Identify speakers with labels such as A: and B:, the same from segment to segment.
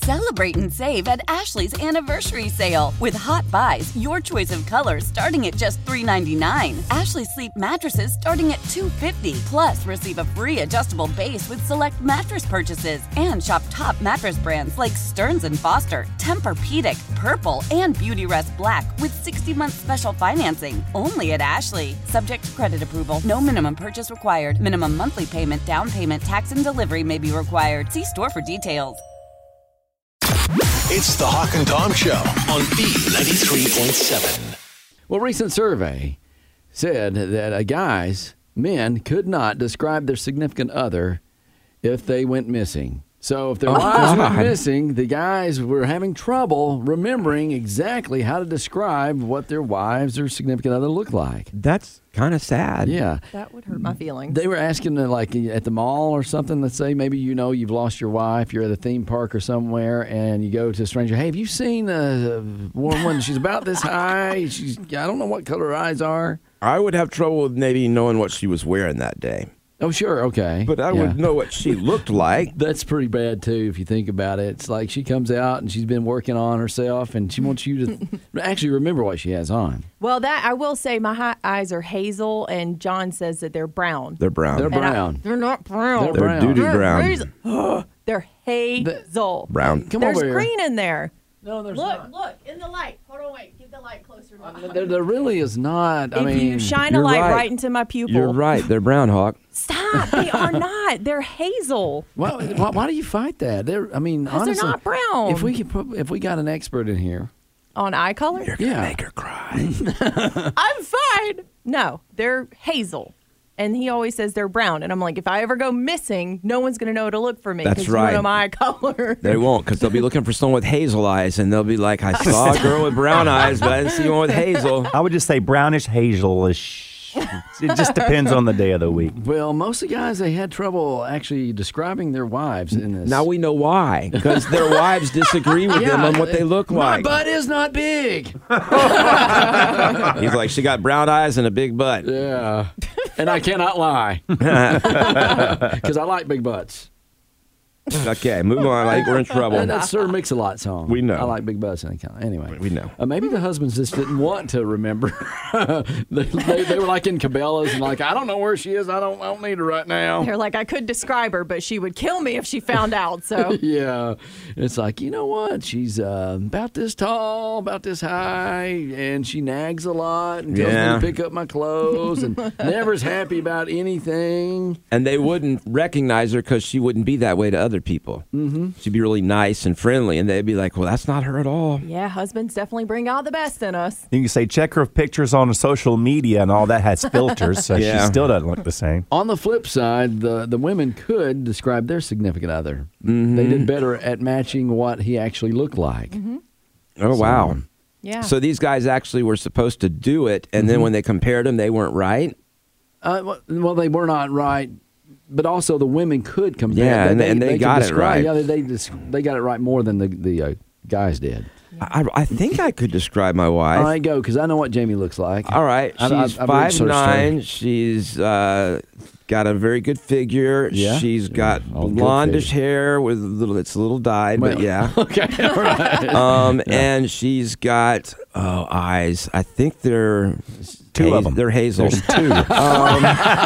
A: Celebrate and save at Ashley's anniversary sale with hot buys, your choice of colors starting at just $3.99. Ashley Sleep mattresses starting at $2.50. Plus, receive a free adjustable base with select mattress purchases and shop top mattress brands like Stearns and Foster, Tempur-Pedic, Purple, and Beautyrest Black with 60-month special financing only at Ashley. Subject to credit approval, no minimum purchase required. Minimum monthly payment, down payment, tax, and delivery may be required. See store for details.
B: It's the Hawk and Tom Show on B93.7.
C: Well, recent survey said that uh, guys, men, could not describe their significant other if they went missing. So if their wives went missing, the guys were having trouble remembering exactly how to describe what their wives or significant other looked like.
D: That's kind of sad.
C: Yeah.
E: That would
C: Mm.
E: hurt my feelings.
C: They were asking uh, like at the mall or something. Let's say maybe you know you've lost your wife. You're at a theme park or somewhere, and you go to a stranger. Hey, have you seen uh, a woman? She's about this high. She's I don't know what color her eyes are.
F: I would have trouble with maybe knowing what she was wearing that day,
C: Oh, sure, okay.
F: but I
C: Yeah.
F: would know what she looked like.
C: That's pretty bad too, if you think about it. It's like she comes out and she's been working on herself, and she wants you to actually remember what she has on.
E: well, that I will say, my hi- eyes are hazel, and John says that they're brown.
F: They're brown.
C: They're
F: They're,
E: And I-
C: brown.
E: they're not brown.
C: They're brown.
F: doo doo
E: They're
F: brown.
E: hazel. They're hazel.
F: Brown.
C: Come
E: There's
C: over here.
E: green in there.
C: No, there's
E: Look, look in the light. Hold on, wait. Give the light closer. To my eye.
C: There, there really is not. I
E: if
C: mean,
E: you shine a
F: you're
E: light right.
F: right.
E: into my pupil,
F: You're right. They're brown, Hawk.
E: Stop! They are not. They're hazel.
C: Why, why, why do you fight that? They're, I mean,
E: 'Cause
C: honestly,
E: they're not brown.
C: If we could, put, if we got an expert in here,
E: On eye color,
C: yeah,
F: her cry.
E: I'm fine. No, they're hazel. And he always says they're brown. And I'm like, if I ever go missing, no one's going to know to look for me.
F: That's
E: 'cause
F: right.
E: You know my eye color.
F: They won't, because they'll be looking for someone with hazel eyes, and they'll be like, "I saw a girl with brown eyes, but I didn't see one with hazel."
D: I would just say brownish, hazelish. it just depends on the day of the week.
C: Well, most of the guys they had trouble actually describing their wives in this.
F: Now we know why, because their wives disagree with them on what they look
C: my
F: like.
C: butt is not big.
F: He's like, "She got brown eyes and a big butt."
C: Yeah, and I cannot lie because I like big butts.
F: Okay, move on. I think we're in trouble.
C: And that's Sir Mix a Lot song.
F: We know.
C: I like big butts and that kind of. Anyway,
F: We know.
C: Uh, maybe the husbands just didn't want to remember. they, they, they were like in Cabela's and like I don't know where she is. I don't. I don't need her right now.
E: They're like, I could describe her, but she would kill me if she found out. So
C: Yeah. It's like, you know what? She's uh, about this tall, about this high, and she nags a lot and tells
F: Yeah.
C: me to pick up my clothes and never's happy about anything.
F: and they wouldn't recognize her because she wouldn't be that way to other people. Mm-hmm. She'd be really nice and friendly, and they'd be like, "Well, that's not her at all."
E: yeah, husbands definitely bring out the best in us.
D: You can say check her pictures on social media and all that has filters, so
F: Yeah.
D: she still doesn't look the same.
C: On the flip side, the, the women could describe their significant other.
F: Mm-hmm.
C: They did better at matching what he actually looked like.
F: Oh wow!
E: Yeah.
F: So these guys actually were supposed to do it, and
C: Mm-hmm.
F: then when they compared them, they weren't right.
C: Uh, well- well, they were not right, but also the women could compare.
F: Yeah, and they- and they
C: could
F: got it
C: describe-
F: right.
C: Yeah, they, they, dis- they got it right more than the, the uh, guys did.
F: I, I think I could describe my wife.
C: All right, go, because I know what Jamie looks like.
F: All right,
C: I- I-
F: she's
C: I've
F: five
C: researched her.
F: nine. She's uh, got a very good figure.
C: Yeah?
F: She's got
C: all good
F: blondish
C: figure.
F: hair with a little. It's a little dyed, but
C: Well,
F: yeah.
C: Okay, all right.
F: Um, and she's got oh, eyes. I think they're
D: Two of them.
F: They're hazel.
D: There's two.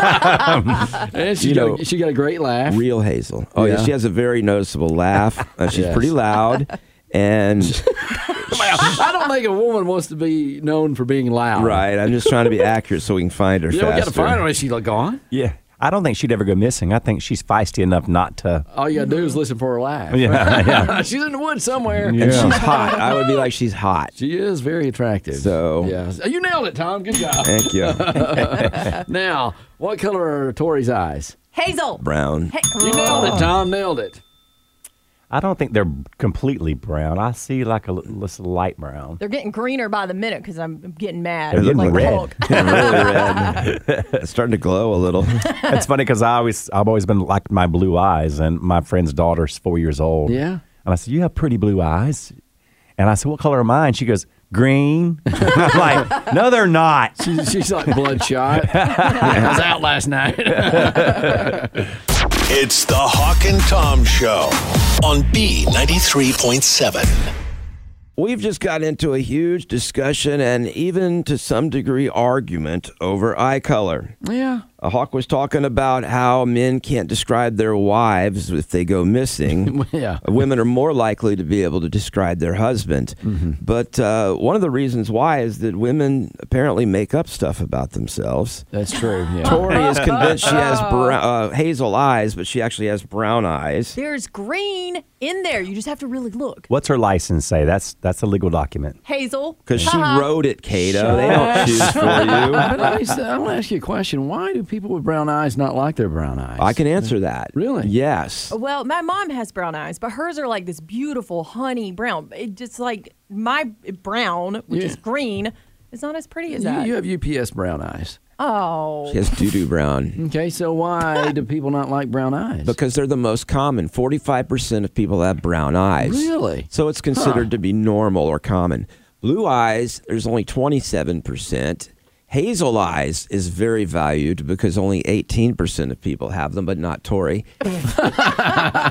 C: And she,
F: You
C: got,
F: know-
C: she got a great laugh.
F: Real hazel. Oh yeah.
C: Yeah.
F: she has a very noticeable laugh. Uh, she's
C: Yes.
F: pretty loud, and
C: I don't think a woman wants to be known for being loud.
F: right. I'm just trying to be accurate so we can find her
C: You know, we got
F: faster.
C: to find her. Is she like gone?
D: yeah. I don't think she'd ever go missing. I think she's feisty enough not to.
C: All you got to do is listen for her laugh.
D: Yeah, yeah.
C: She's in the woods somewhere.
F: And
D: Yeah.
F: she's hot. I would be like, she's hot.
C: She is very attractive.
F: So-
C: yeah. You nailed it, Tom. Good job.
F: Thank you.
C: now, what color are Tori's eyes?
E: Hazel.
F: Brown.
E: Hey-
C: You nailed it, Tom. Nailed it.
D: I don't think they're completely brown. I see like a l- this light brown.
E: They're getting greener by the minute because I'm getting mad.
D: They're getting
E: like the
D: red.
E: Hulk.
F: really red. It's starting to glow a little.
D: it's funny because I always I've always been like my blue eyes, and my friend's daughter's four years old.
C: Yeah.
D: and I said, "You have pretty blue eyes," and I said, "What color are mine?" She goes, "Green." I'm like, no, they're not.
C: She's, she's like bloodshot. I was out last night.
B: It's the Hawk and Tom Show on B93.7.
F: We've just got into a huge discussion and even to some degree argument over eye color.
C: yeah.
F: A hawk was talking about how men can't describe their wives if they go missing. Uh,
C: Yeah.
F: Women are more likely to be able to describe their husband. But uh, one of the reasons why is that women apparently make up stuff about themselves.
C: That's true. Yeah.
F: Tori is convinced she has brown, uh, hazel eyes, but she actually has brown eyes.
E: There's green in there. You just have to really look.
D: What's her license say? That's that's a legal document.
E: Hazel.
F: Because she
E: haha.
F: wrote it, Kato. They don't choose for you.
C: But I, just, I want to ask you a question. Why do people with brown eyes not like their brown eyes?
F: I can answer that.
C: Really?
F: Yes.
E: Well, my mom has brown eyes, but hers are like this beautiful honey brown. It just like my brown, which
C: Yeah.
E: is green, is not as pretty as
C: You,
E: that.
C: you have UPS brown eyes.
E: oh,
F: She has doo doo brown.
C: Okay, so why do people not like brown eyes?
F: Because they're the most common. 45% of people have brown eyes.
C: Really?
F: So it's considered to be normal or common. Blue eyes, there's only 27%. Hazel eyes is very valued because only 18% of people have them, but not Tori.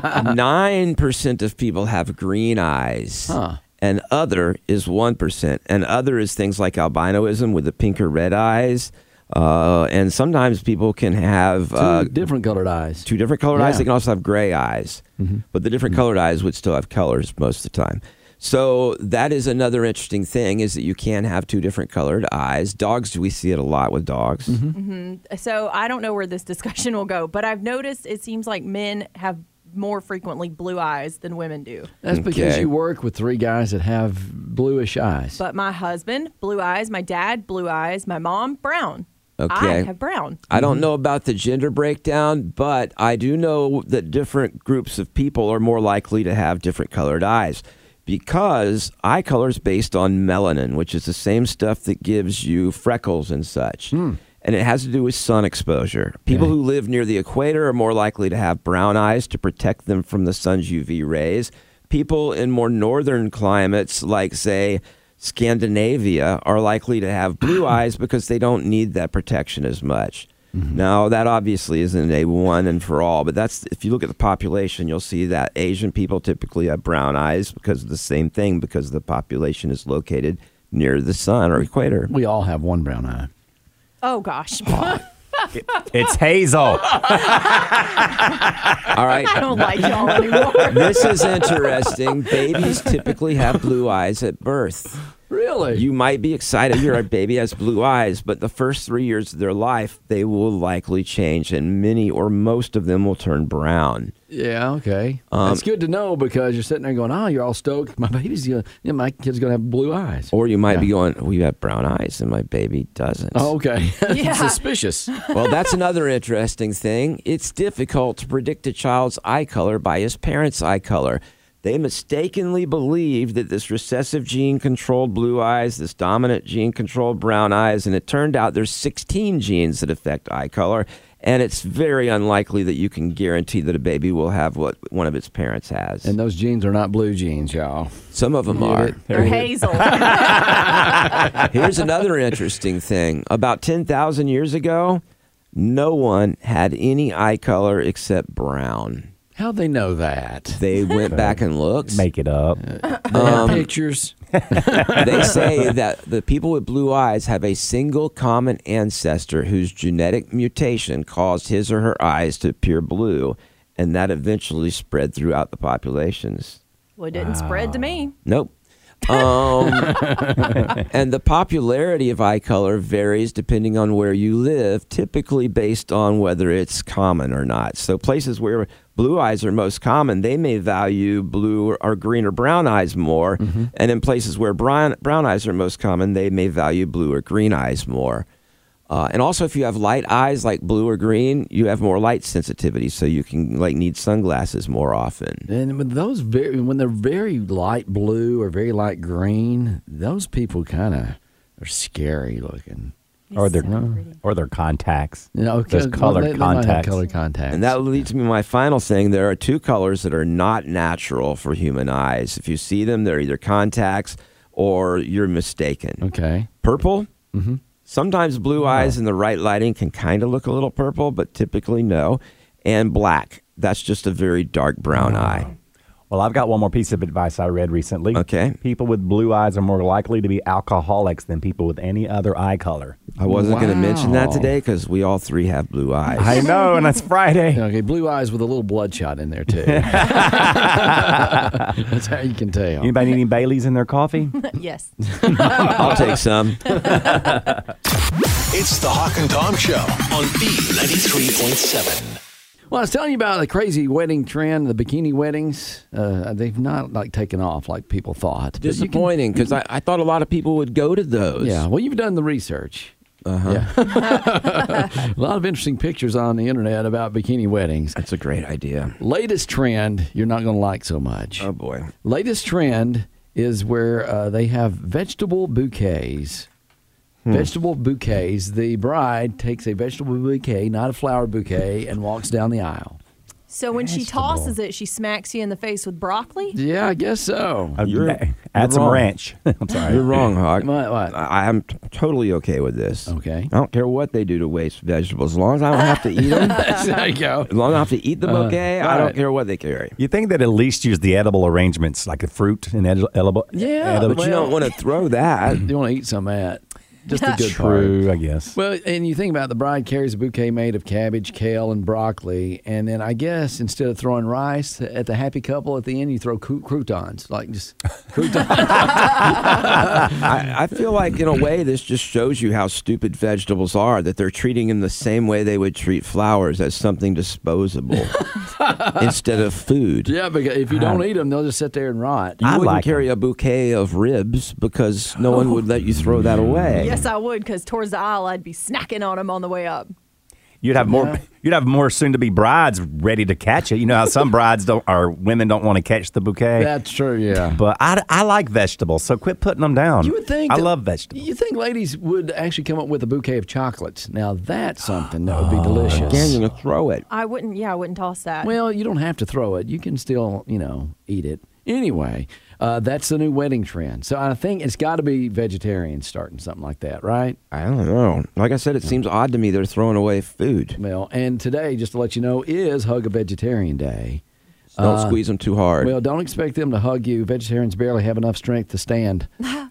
F: 9% of people have green eyes. And other is 1%. And other is things like albinoism with the pink or red eyes. Uh, and sometimes people can have
C: Two
F: uh,
C: different colored eyes.
F: two different colored eyes.
C: Yeah.
F: They can also have gray eyes, but the different colored eyes would still have colors most of the time. So that is another interesting thing is that you can have two different colored eyes. Dogs, we see it a lot with dogs.
E: so I don't know where this discussion will go, but I've noticed it seems like men have more frequently blue eyes than women do.
C: That's because
F: Okay.
C: you work with three guys that have bluish eyes.
E: But my husband, blue eyes. My dad, blue eyes. My mom, brown.
F: Okay.
E: I have brown.
F: I don't know about the gender breakdown, but I do know that different groups of people are more likely to have different colored eyes because eye color is based on melanin, which is the same stuff that gives you freckles and such. And it has to do with sun exposure. People who live near the equator are more likely to have brown eyes to protect them from the sun's UV rays. People in more northern climates, like, say, Scandinavia are likely to have blue eyes because they don't need that protection as much. Mm-hmm. Now, that obviously isn't a one and for all, but that's if you look at the population, you'll see that Asian people typically have brown eyes because of the same thing, because the population is located near the sun or equator.
C: we all have one brown eye.
E: Oh gosh.
D: It's Hazel.
F: All right.
E: I don't like y'all anymore.
F: This is interesting. Babies typically have blue eyes at birth.
C: Really?
F: You might be excited your baby has blue eyes, but the first three years of their life, they will likely change, and many or most of them will turn brown.
C: yeah, okay. it's
F: Um,
C: good to know because you're sitting there going, "Oh, you're all stoked. My baby's gonna, you know, my kid's gonna have blue eyes."
F: Or you might be going, We have brown eyes, and my baby doesn't.
C: oh, okay.
E: Yeah.
C: Suspicious.
F: Well, that's another interesting thing. It's difficult to predict a child's eye color by his parents' eye color. They mistakenly believed that this recessive gene controlled blue eyes, this dominant gene controlled brown eyes, and it turned out there's 16 genes that affect eye color, and it's very unlikely that you can guarantee that a baby will have what one of its parents has.
C: And
F: And
C: those jeans are not blue jeans, y'all.
F: some of them are.
E: They're hazel.
F: Here's another interesting thing. About 10,000 years ago, no one had any eye color except brown.
C: How'd they know that?
F: They went back and looked.
D: Make it up.
C: They have pictures.
F: They say that the people with blue eyes have a single common ancestor whose genetic mutation caused his or her eyes to appear blue, and that eventually spread throughout the populations.
E: well, it didn't spread to me.
F: Nope. Um, and the popularity of eye color varies depending on where you live, typically based on whether it's common or not. So, places where blue eyes are most common, they may value blue or, or green or brown eyes more. And in places where brown, brown eyes are most common, they may value blue or green eyes more. Uh, and also, if you have light eyes like blue or green, you have more light sensitivity, so you can like need sunglasses more often.
C: And when those very, when they're very light blue or very light green, those people kind of are scary looking.
D: or their or their contacts.
C: You know,
D: Those
C: well,
D: colored
C: they- they might have
D: contacts.
C: colored contacts.
F: And that leads me to my final thing. There are two colors that are not natural for human eyes. If you see them, they're either contacts or you're mistaken.
C: okay.
F: Purple. Mm-hmm. Sometimes blue eyes in the right lighting can kind of look a little purple, but typically no. And black. That's just a very dark brown eye.
D: Well, I've got one more piece of advice I read recently.
F: Okay.
D: People with blue eyes are more likely to be alcoholics than people with any other eye color.
F: I wasn't going to mention that
C: Wow.
F: today because we all three have blue eyes.
D: I know, and it's Friday.
C: Okay, blue eyes with a little bloodshot in there too. That's how you can tell.
D: Anybody need any Baileys in their coffee?
E: yes.
F: I'll take some.
B: It's the Hawk and Tom Show on B93.7.
C: Well, I was telling you about the crazy wedding trend, the bikini weddings. Uh, they've not like taken off like people thought. But you can-
F: Disappointing because I, I thought a lot of people would go to those.
C: yeah. Well, you've done the research. Uh-huh. a lot of interesting pictures on the internet about bikini weddings.
F: That's a great idea.
C: Latest trend, you're not going to like so much.
F: Oh, boy.
C: Latest trend is where uh, they have vegetable bouquets. Vegetable bouquets. The bride takes a vegetable bouquet, not a flower bouquet, and walks down the aisle.
E: So when she tosses it, she smacks you in the face with broccoli.
C: Yeah, I guess so.
D: Uh,
F: You're-
D: add
F: you're
D: some
F: wrong.
D: ranch. I'm sorry.
F: You're wrong, Hawk.
C: What- what?
F: I, I'm t- totally okay with this.
C: Okay.
F: I don't care what they do to waste vegetables. As long as I don't have to eat them, as
C: there you go.
F: long as I don't have to eat the bouquet, I don't
C: right.
F: care what they carry.
D: You think that at least use the edible arrangements, like the fruit and edi- edible.
C: Yeah,
D: edible.
F: But you don't want to throw that.
C: You want to eat some of that. Just a good part.
D: True, I guess.
C: Well, and you think about it, the bride carries a bouquet made of cabbage, kale, and broccoli, and then I guess instead of throwing rice at the happy couple at the end, you throw cou- croutons, like just croutons.
F: I, I feel like, in a way, this just shows you how stupid vegetables are, that they're treating them the same way they would treat flowers as something disposable instead of food.
C: yeah, because if you don't eat them, they'll just sit there and rot.
F: You
D: I
F: wouldn't
D: like
F: carry a bouquet of ribs because no one would let you throw that away.
E: Yes, I would, because towards the aisle, I'd be snacking on them on the way up.
D: You'd have more. You'd have more soon-to-be brides ready to catch it. You know how some brides don't, or women don't want to catch the bouquet.
C: That's true. Yeah.
D: but I, I like vegetables, so quit putting them down.
C: You would think
D: I
C: that-
D: love vegetables.
C: You think ladies would actually come up with a bouquet of chocolates? Now that's something that would be delicious.
F: Again, you're going to throw it.
E: I wouldn't, yeah, I wouldn't toss that.
C: Well, you don't have to throw it. You can still, you know, eat it. Anyway, uh, that's the new wedding trend. So I think it's got to be vegetarians starting something like that, right?
F: I don't know. Like I said, it seems odd to me they're throwing away food.
C: Well, and today, just to let you know, is Hug a Vegetarian Day.
F: So Don't squeeze them too hard.
C: Uh, Well, don't expect them to hug you. Vegetarians barely have enough strength to stand.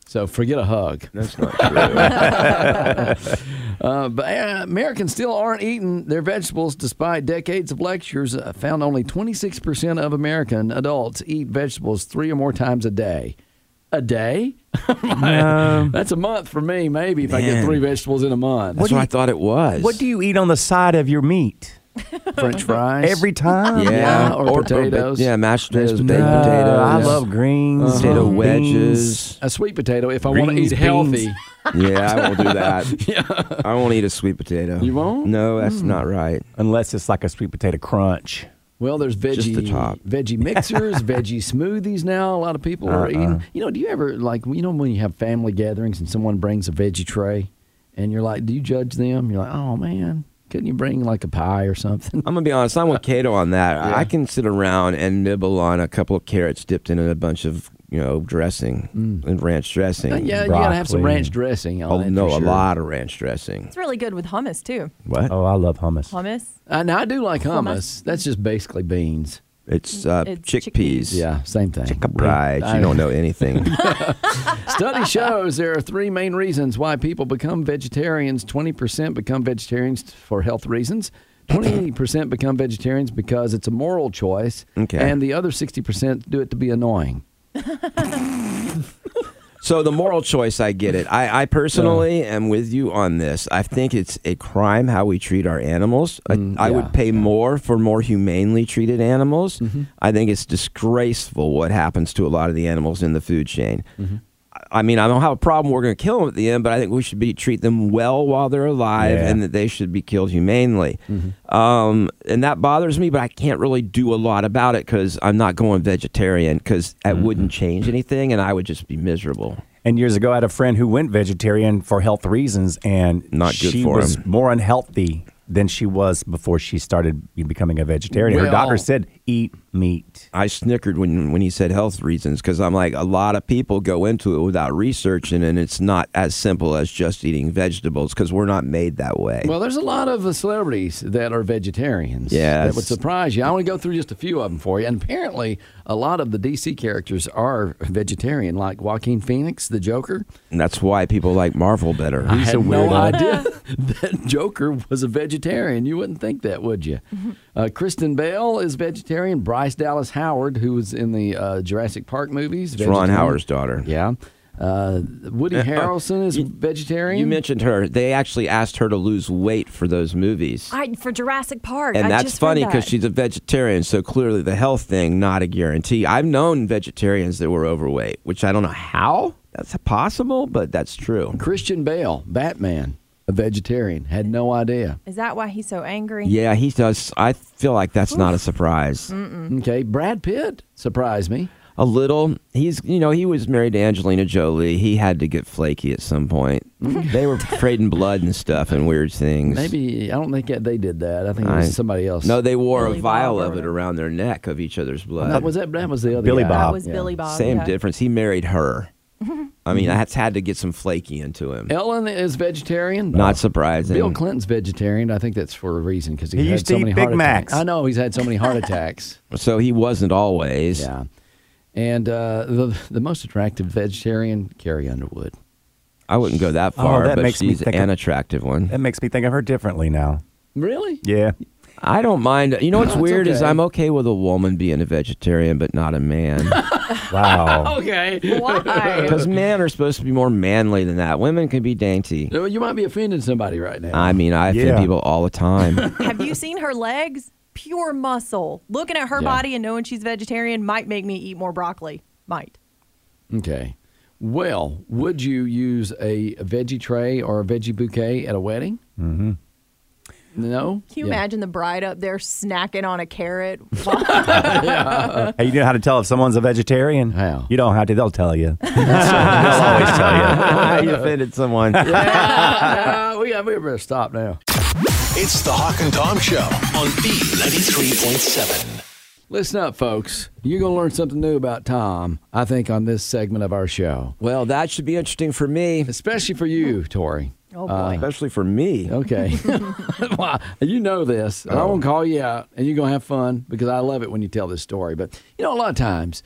C: So forget a hug.
F: That's not true.
C: Uh, but uh, Americans still aren't eating their vegetables despite decades of lectures. Uh, found only 26% of American adults eat vegetables three or more times a day. A day? That's a month for me, maybe, if I get
F: Man.
C: three vegetables in a month.
F: That's what I thought it was.
D: What do you eat on the side of your meat
C: French fries?
D: every time?
F: Yeah,
C: Yeah, or
F: ba-
C: potatoes.
F: yeah, mashed potatoes,
C: Mashed
F: baked
D: Uh,
C: potatoes.
F: potatoes.
D: I love greens,
F: potato
C: Uh-huh.
D: beans.
F: wedges.
C: A sweet potato if I want to eat
D: Greens, beans.
C: healthy.
F: yeah, I won't do that. I won't eat a sweet potato.
C: You won't? Hmm.
F: No, that's not right.
D: unless it's like a sweet potato crunch.
C: Well, there's veggie
F: Just the top.
C: veggie mixers, veggie smoothies now. A lot of people
F: Uh-uh.
C: are eating. You know, do you ever like you know when you have family gatherings and someone brings a veggie tray, and you're like, do you judge them? You're like, oh man, couldn't you bring like a pie or something?
F: I'm gonna be honest. I'm with Cato on that. I- I can sit around and nibble on a couple of carrots dipped in a bunch of you know dressing and ranch dressing.
C: Mm. yeah, you gotta have some
D: Broccoli.
C: ranch dressing on
F: Oh
C: it.
F: no,
C: for
F: a
C: sure.
F: lot of ranch dressing.
E: it's really good with hummus, too.
F: What?
D: Oh, I love hummus.
E: Hummus.
C: Uh, now I do like hummus.
E: Hummus.
C: That's just basically beans.
F: It's, uh,
E: It's
F: chickpeas.
E: chickpeas.
C: Yeah, same thing.
F: Right. You don't know anything.
C: Study shows there are three main reasons why people become vegetarians. 20% become vegetarians for health reasons. 20% become vegetarians because it's a moral choice.
F: Okay.
C: And the other 60% do it to be annoying.
F: So the moral choice, I get it. I, I personally am with you on this. I think it's a crime how we treat our animals. I, I
C: yeah.
F: would pay more for more humanely treated animals. I think it's disgraceful what happens to a lot of the animals in the food chain. I mean, I don't have a problem. We're going to kill them at the end, but I think we should be treat them well while they're alive,
D: Yeah. Mm-hmm.
F: and that they should be killed humanely. Um, and that bothers me, but I can't really do a lot about it because I'm not going vegetarian because that
D: Mm-hmm.
F: wouldn't change anything, and I would just be miserable.
D: And years ago, I had a friend who went vegetarian for health reasons, and
F: Not good
D: she
F: for
D: was
F: him.
D: more unhealthy than she was before she started becoming a vegetarian. Her
C: Well-
D: doctor said, "Eat meat."
F: I snickered when when he said health reasons because I'm like a lot of people go into it without researching, and it's not as simple as just eating vegetables because we're not made that way.
C: Well, there's a lot of uh, celebrities that are vegetarians.
F: Yes.
C: That would surprise you. I want to go through just a few of them for you. And apparently, a lot of the DC characters are vegetarian, like Joaquin Phoenix, the Joker.
F: and that's why people like Marvel better.
C: I had
D: a
C: no
D: weirdo.
C: idea that Joker was a vegetarian. You wouldn't think that, would you?
E: Mm-hmm.
C: Uh, Kristen Bell is vegetarian. Bryce Dallas Howard, who was in the uh, Jurassic Park movies,
F: It's Ron
C: vegetarian.
F: Howard's daughter.
C: Yeah. Uh, Woody Harrelson is vegetarian.
F: You mentioned her. They actually asked her to lose weight for those movies.
G: I, for Jurassic Park.
F: and
G: I
F: that's
G: just
F: funny because
G: because
F: she's a vegetarian, so clearly the health thing not a guarantee. I've known vegetarians that were overweight, which I don't know how that's possible, but that's true.
C: Christian Bale, Batman, a vegetarian. Had no idea.
E: Is that why he's so angry?
F: Yeah, he does. I feel like that's not a surprise.
E: Mm-hmm.
C: Okay, Brad Pitt surprised me.
F: A little. He's, you know, he was married to Angelina Jolie. He had to get flaky at some point. they were trading blood and stuff and weird things.
C: Maybe I don't think that they did that. I think it was
F: I-
C: somebody else.
F: No, they wore
E: Billy
F: a vial
E: Bob or
F: of it
E: whatever.
F: around their neck of each other's blood.
C: that was that. That was the other
D: Billy
C: guy.
D: Bob.
E: That was
D: Oh, yeah.
E: Billy Bob.
F: Same
E: yeah.
F: difference. He married her. I mean, that's had to get some flaky into him.
C: Ellen is vegetarian.
F: Not surprising.
C: Bill Clinton's vegetarian. I think that's for a reason because he,
D: He
C: had
D: used to
C: so
D: eat
C: many
D: Big
C: heart attacks.
D: Macs.
C: I know he's had so many heart attacks.
F: so he wasn't always.
C: Yeah, and uh, the the most attractive vegetarian, Carrie Underwood.
F: I wouldn't go that far,
D: Oh, that
F: but
D: makes me
F: she's
D: think
F: an
D: of-
F: attractive one.
D: That makes me think of her differently now.
C: Really?
D: Yeah,
F: I don't mind. You know what's
C: No, it's
F: weird is
C: okay.
F: I'm okay with a woman being a vegetarian, but not a man. Oh,
D: wow.
C: Okay.
E: Why?
F: Because men are supposed to be more manly than that. Women can be dainty.
C: No, you might be offending somebody right now.
F: I mean, I offend
D: Yeah.
F: people all the time.
E: Have you seen her legs? Pure muscle. Looking at her
C: Yeah.
E: body and knowing she's vegetarian might make me eat more broccoli. Might.
C: okay. Well, would you use a veggie tray or a veggie bouquet at a wedding? Mm-hmm. No.
E: Can you
C: Yeah.
E: imagine the bride up there snacking on a carrot?
D: Hey, you know how to tell if someone's a vegetarian?
C: How?
D: You don't have to. They'll tell you. they'll always tell you.
F: you offended someone.
C: Ah, we got. We better stop now.
B: It's the Hawk and Tom Show on B93.7.
C: Listen up, folks. You're going to learn something new about Tom, I think, on this segment of our show,
F: Well, that should be interesting for me,
C: especially for you, Tori. Uh,
E: oh boy.
F: especially for me.
C: Okay. well, you know this. and I won't call you out, and you're going to have fun because I love it when you tell this story. But, you know, a lot of times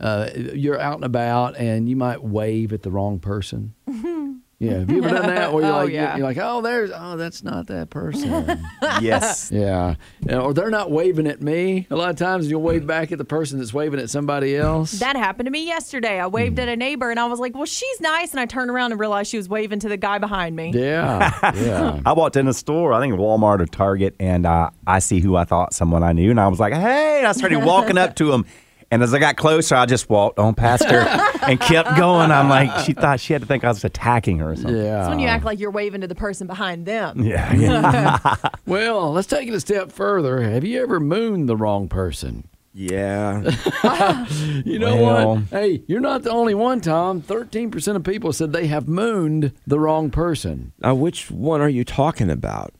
C: uh, you're out and about and you might wave at the wrong person. yeah. Have you ever done that? Where you're,
E: Oh,
C: like,
E: yeah.
C: you're like, oh, there's, oh, that's not that person.
D: Yes.
C: Yeah. And- Or they're not waving at me. A lot of times you'll wave back at the person that's waving at somebody else.
E: That happened to me yesterday. I waved
C: Hmm.
E: at a neighbor and I was like, well, she's nice. And I turned around and realized she was waving to the guy behind me.
C: yeah. Yeah.
D: I walked in a store, I think Walmart or Target, and uh, I see who I thought someone I knew, and I was like, "Hey!" And I started walking up to him, and as I got closer, I just walked on past her and kept going. I'm like, she thought she had to think I was attacking her or something.
C: Yeah.
E: That's when you act like you're waving to the person behind them.
D: Yeah, yeah.
C: Well, let's take it a step further. Have you ever mooned the wrong person?
F: Yeah.
C: You know
D: Well-
C: what? Hey, you're not the only one, Tom. 13% of people said they have mooned the wrong person.
F: Now, which one are you talking about?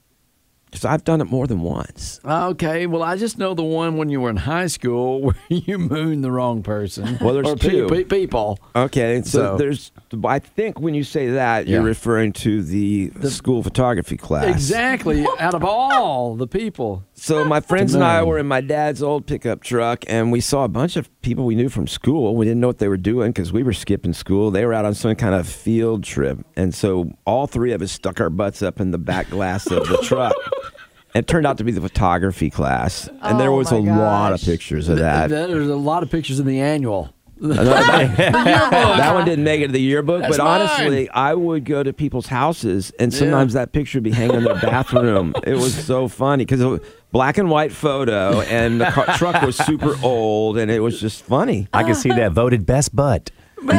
F: Because I've done it more than once.
C: Okay, well, I just know the one when you were in high school where you mooned the wrong person.
F: Well, there's
C: or pe-
F: two.
C: pe- people.
F: Okay, so,
C: So-
F: there's. I think when you say that,
C: Yeah.
F: you're referring to the, school photography class.
C: Exactly. Out of all the people.
F: So my friends and I
C: Demand.
F: were in my dad's old pickup truck, and we saw a bunch of people we knew from school. We didn't know what they were doing because we were skipping school. They were out on some kind of field trip, and so all three of us stuck our butts up in the back glass of the truck. It turned out to be the photography class, and there
E: Oh,
F: was a
E: my
F: lot of
E: gosh.
F: pictures of that.
C: There's a lot of pictures in the annual.
F: That one didn't make it to the yearbook,
C: That's
F: but honestly,
C: mine.
F: I would go to people's houses, and sometimes that picture would be hanging in their bathroom. it was so funny because it was black and white photo, and the car- truck was super old, and it was just funny.
D: I could see that voted best butt.
C: yeah.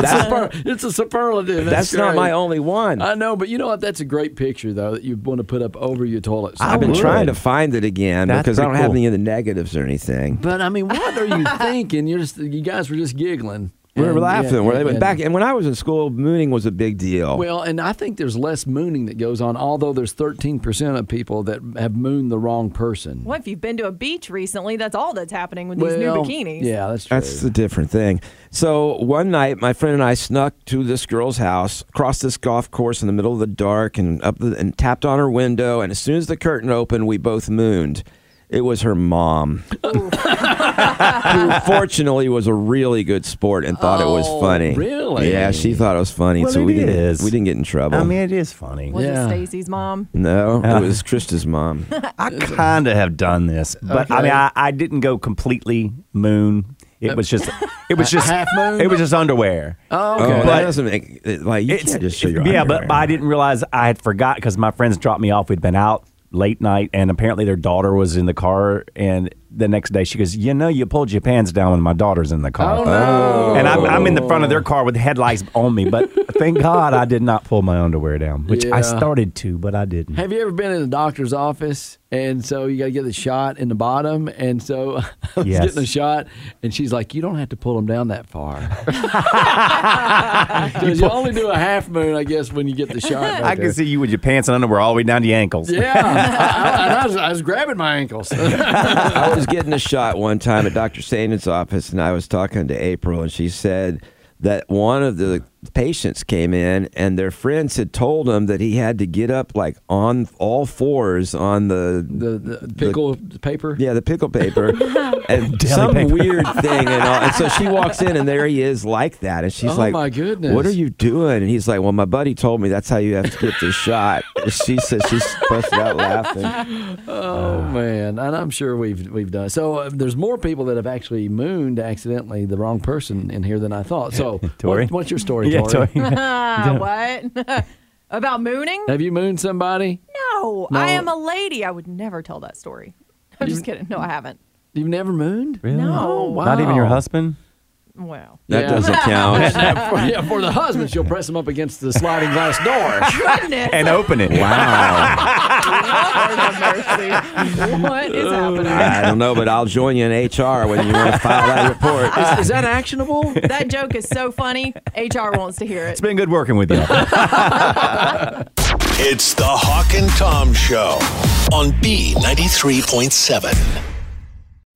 C: it's, a super, it's a superlative.
F: That's not
C: great.
F: my only one.
C: I know, but you know what? That's a great picture, though, that you want to put up over your toilet. seat.
F: I've been
D: would.
F: trying to find it again
D: That's
F: because I don't
D: pretty
F: have
D: cool.
F: any of the negatives or anything.
C: But I mean, what are you thinking? You're just you guys were just giggling.
F: We were
C: And,
F: laughing.
C: yeah,
F: We're-
C: and-
F: back and when I was in school, mooning was a big deal.
C: Well, and I think there's less mooning that goes on, although there's 13% of people that have mooned the wrong person.
E: What if you've been to a beach recently? That's all that's happening with these new
C: Well,
E: bikinis.
C: Yeah, that's true.
F: That's a different thing. So one night, my friend and I snuck to this girl's house, crossed this golf course in the middle of the dark, and up the, and tapped on her window. And as soon as the curtain opened, we both mooned. It was her mom,
C: Oh.
F: who fortunately was a really good sport and thought it was
C: Oh,
F: funny.
C: really?
F: Yeah, she thought it was funny,
D: Well,
F: so we
D: it
F: didn't
D: is.
F: we didn't get in trouble.
D: I mean, Uh. it is funny.
E: Was
C: Yeah.
E: it Stacy's mom?
F: no, it was Krista's mom.
D: I kind of have done this, but I mean, I, I didn't go completely moon. It was just, it was just
C: half moon?
D: It was just underwear.
C: oh,
F: Oh,
C: okay.
F: that
D: But-
F: doesn't make it- like you
D: It's-
F: can't just show your
D: yeah,
F: underwear.
D: but, but I didn't realize I had forgot because my friends dropped me off. We'd been out late night, and apparently their daughter was in the car. And the next day, she goes, "You know, you pulled your pants down when my daughter's in the car."
C: Oh, no.
D: And I'm, I'm in the front of their car with headlights on me, but thank God I did not pull my underwear down, which
C: Yeah.
D: I started to, but I didn't.
C: Have you ever been in a doctor's office and so you got to get the shot in the bottom? And so I was
D: Yes.
C: getting a shot, and she's like, "You don't have to pull them down that far." 'Cause you, only do a half moon, I guess, when you get the shot. right
D: I can
C: there.
D: see you with your pants and underwear all the way down to your ankles.
C: Yeah, I, I- I was, I was grabbing my ankles.
F: I was getting a shot one time at Dr. Sanin's office, and I was talking to April, and she said that one of the patients came in, and their friends had told him that he had to get up like on all fours on the.
C: the, the pickle paper.
F: yeah, the pickle paper and
D: Deli
F: some
D: paper.
F: weird thing, and, all. and so she walks in, and there he is like that, and she's
C: Oh,
F: like,
C: my goodness.
F: what are you doing?" And he's like, "Well, my buddy told me that's how you have to get this shot." And she says she's busted out laughing.
C: Oh man, and I'm sure we've we've done so. Uh, there's more people that have actually mooned accidentally the wrong person in here than I thought. So,
D: Tori?
C: what- what's your story,
D: Yeah,
C: Tori?
D: Tori.
E: Ah, what? About mooning?
C: Have you mooned somebody?
E: No,
C: No.
E: I am a lady. I would never tell that story. I'm just kidding. No, I haven't.
C: You've never mooned?
D: Really?
E: No.
C: Oh, wow.
D: Not even your husband?
E: Well,
F: That
C: Yeah.
F: doesn't count.
C: yeah, for, yeah, for the husbands, you'll press them up against the sliding glass door.
E: goodness.
D: And open it.
F: Wow.
E: what is happening?
F: I don't know, but I'll join you in HR when you want to file that report.
C: Is, is that actionable?
E: That joke is so funny. HR wants to hear it.
D: It's been good working with you.
B: It's the Hawk and Tom Show on B93.7.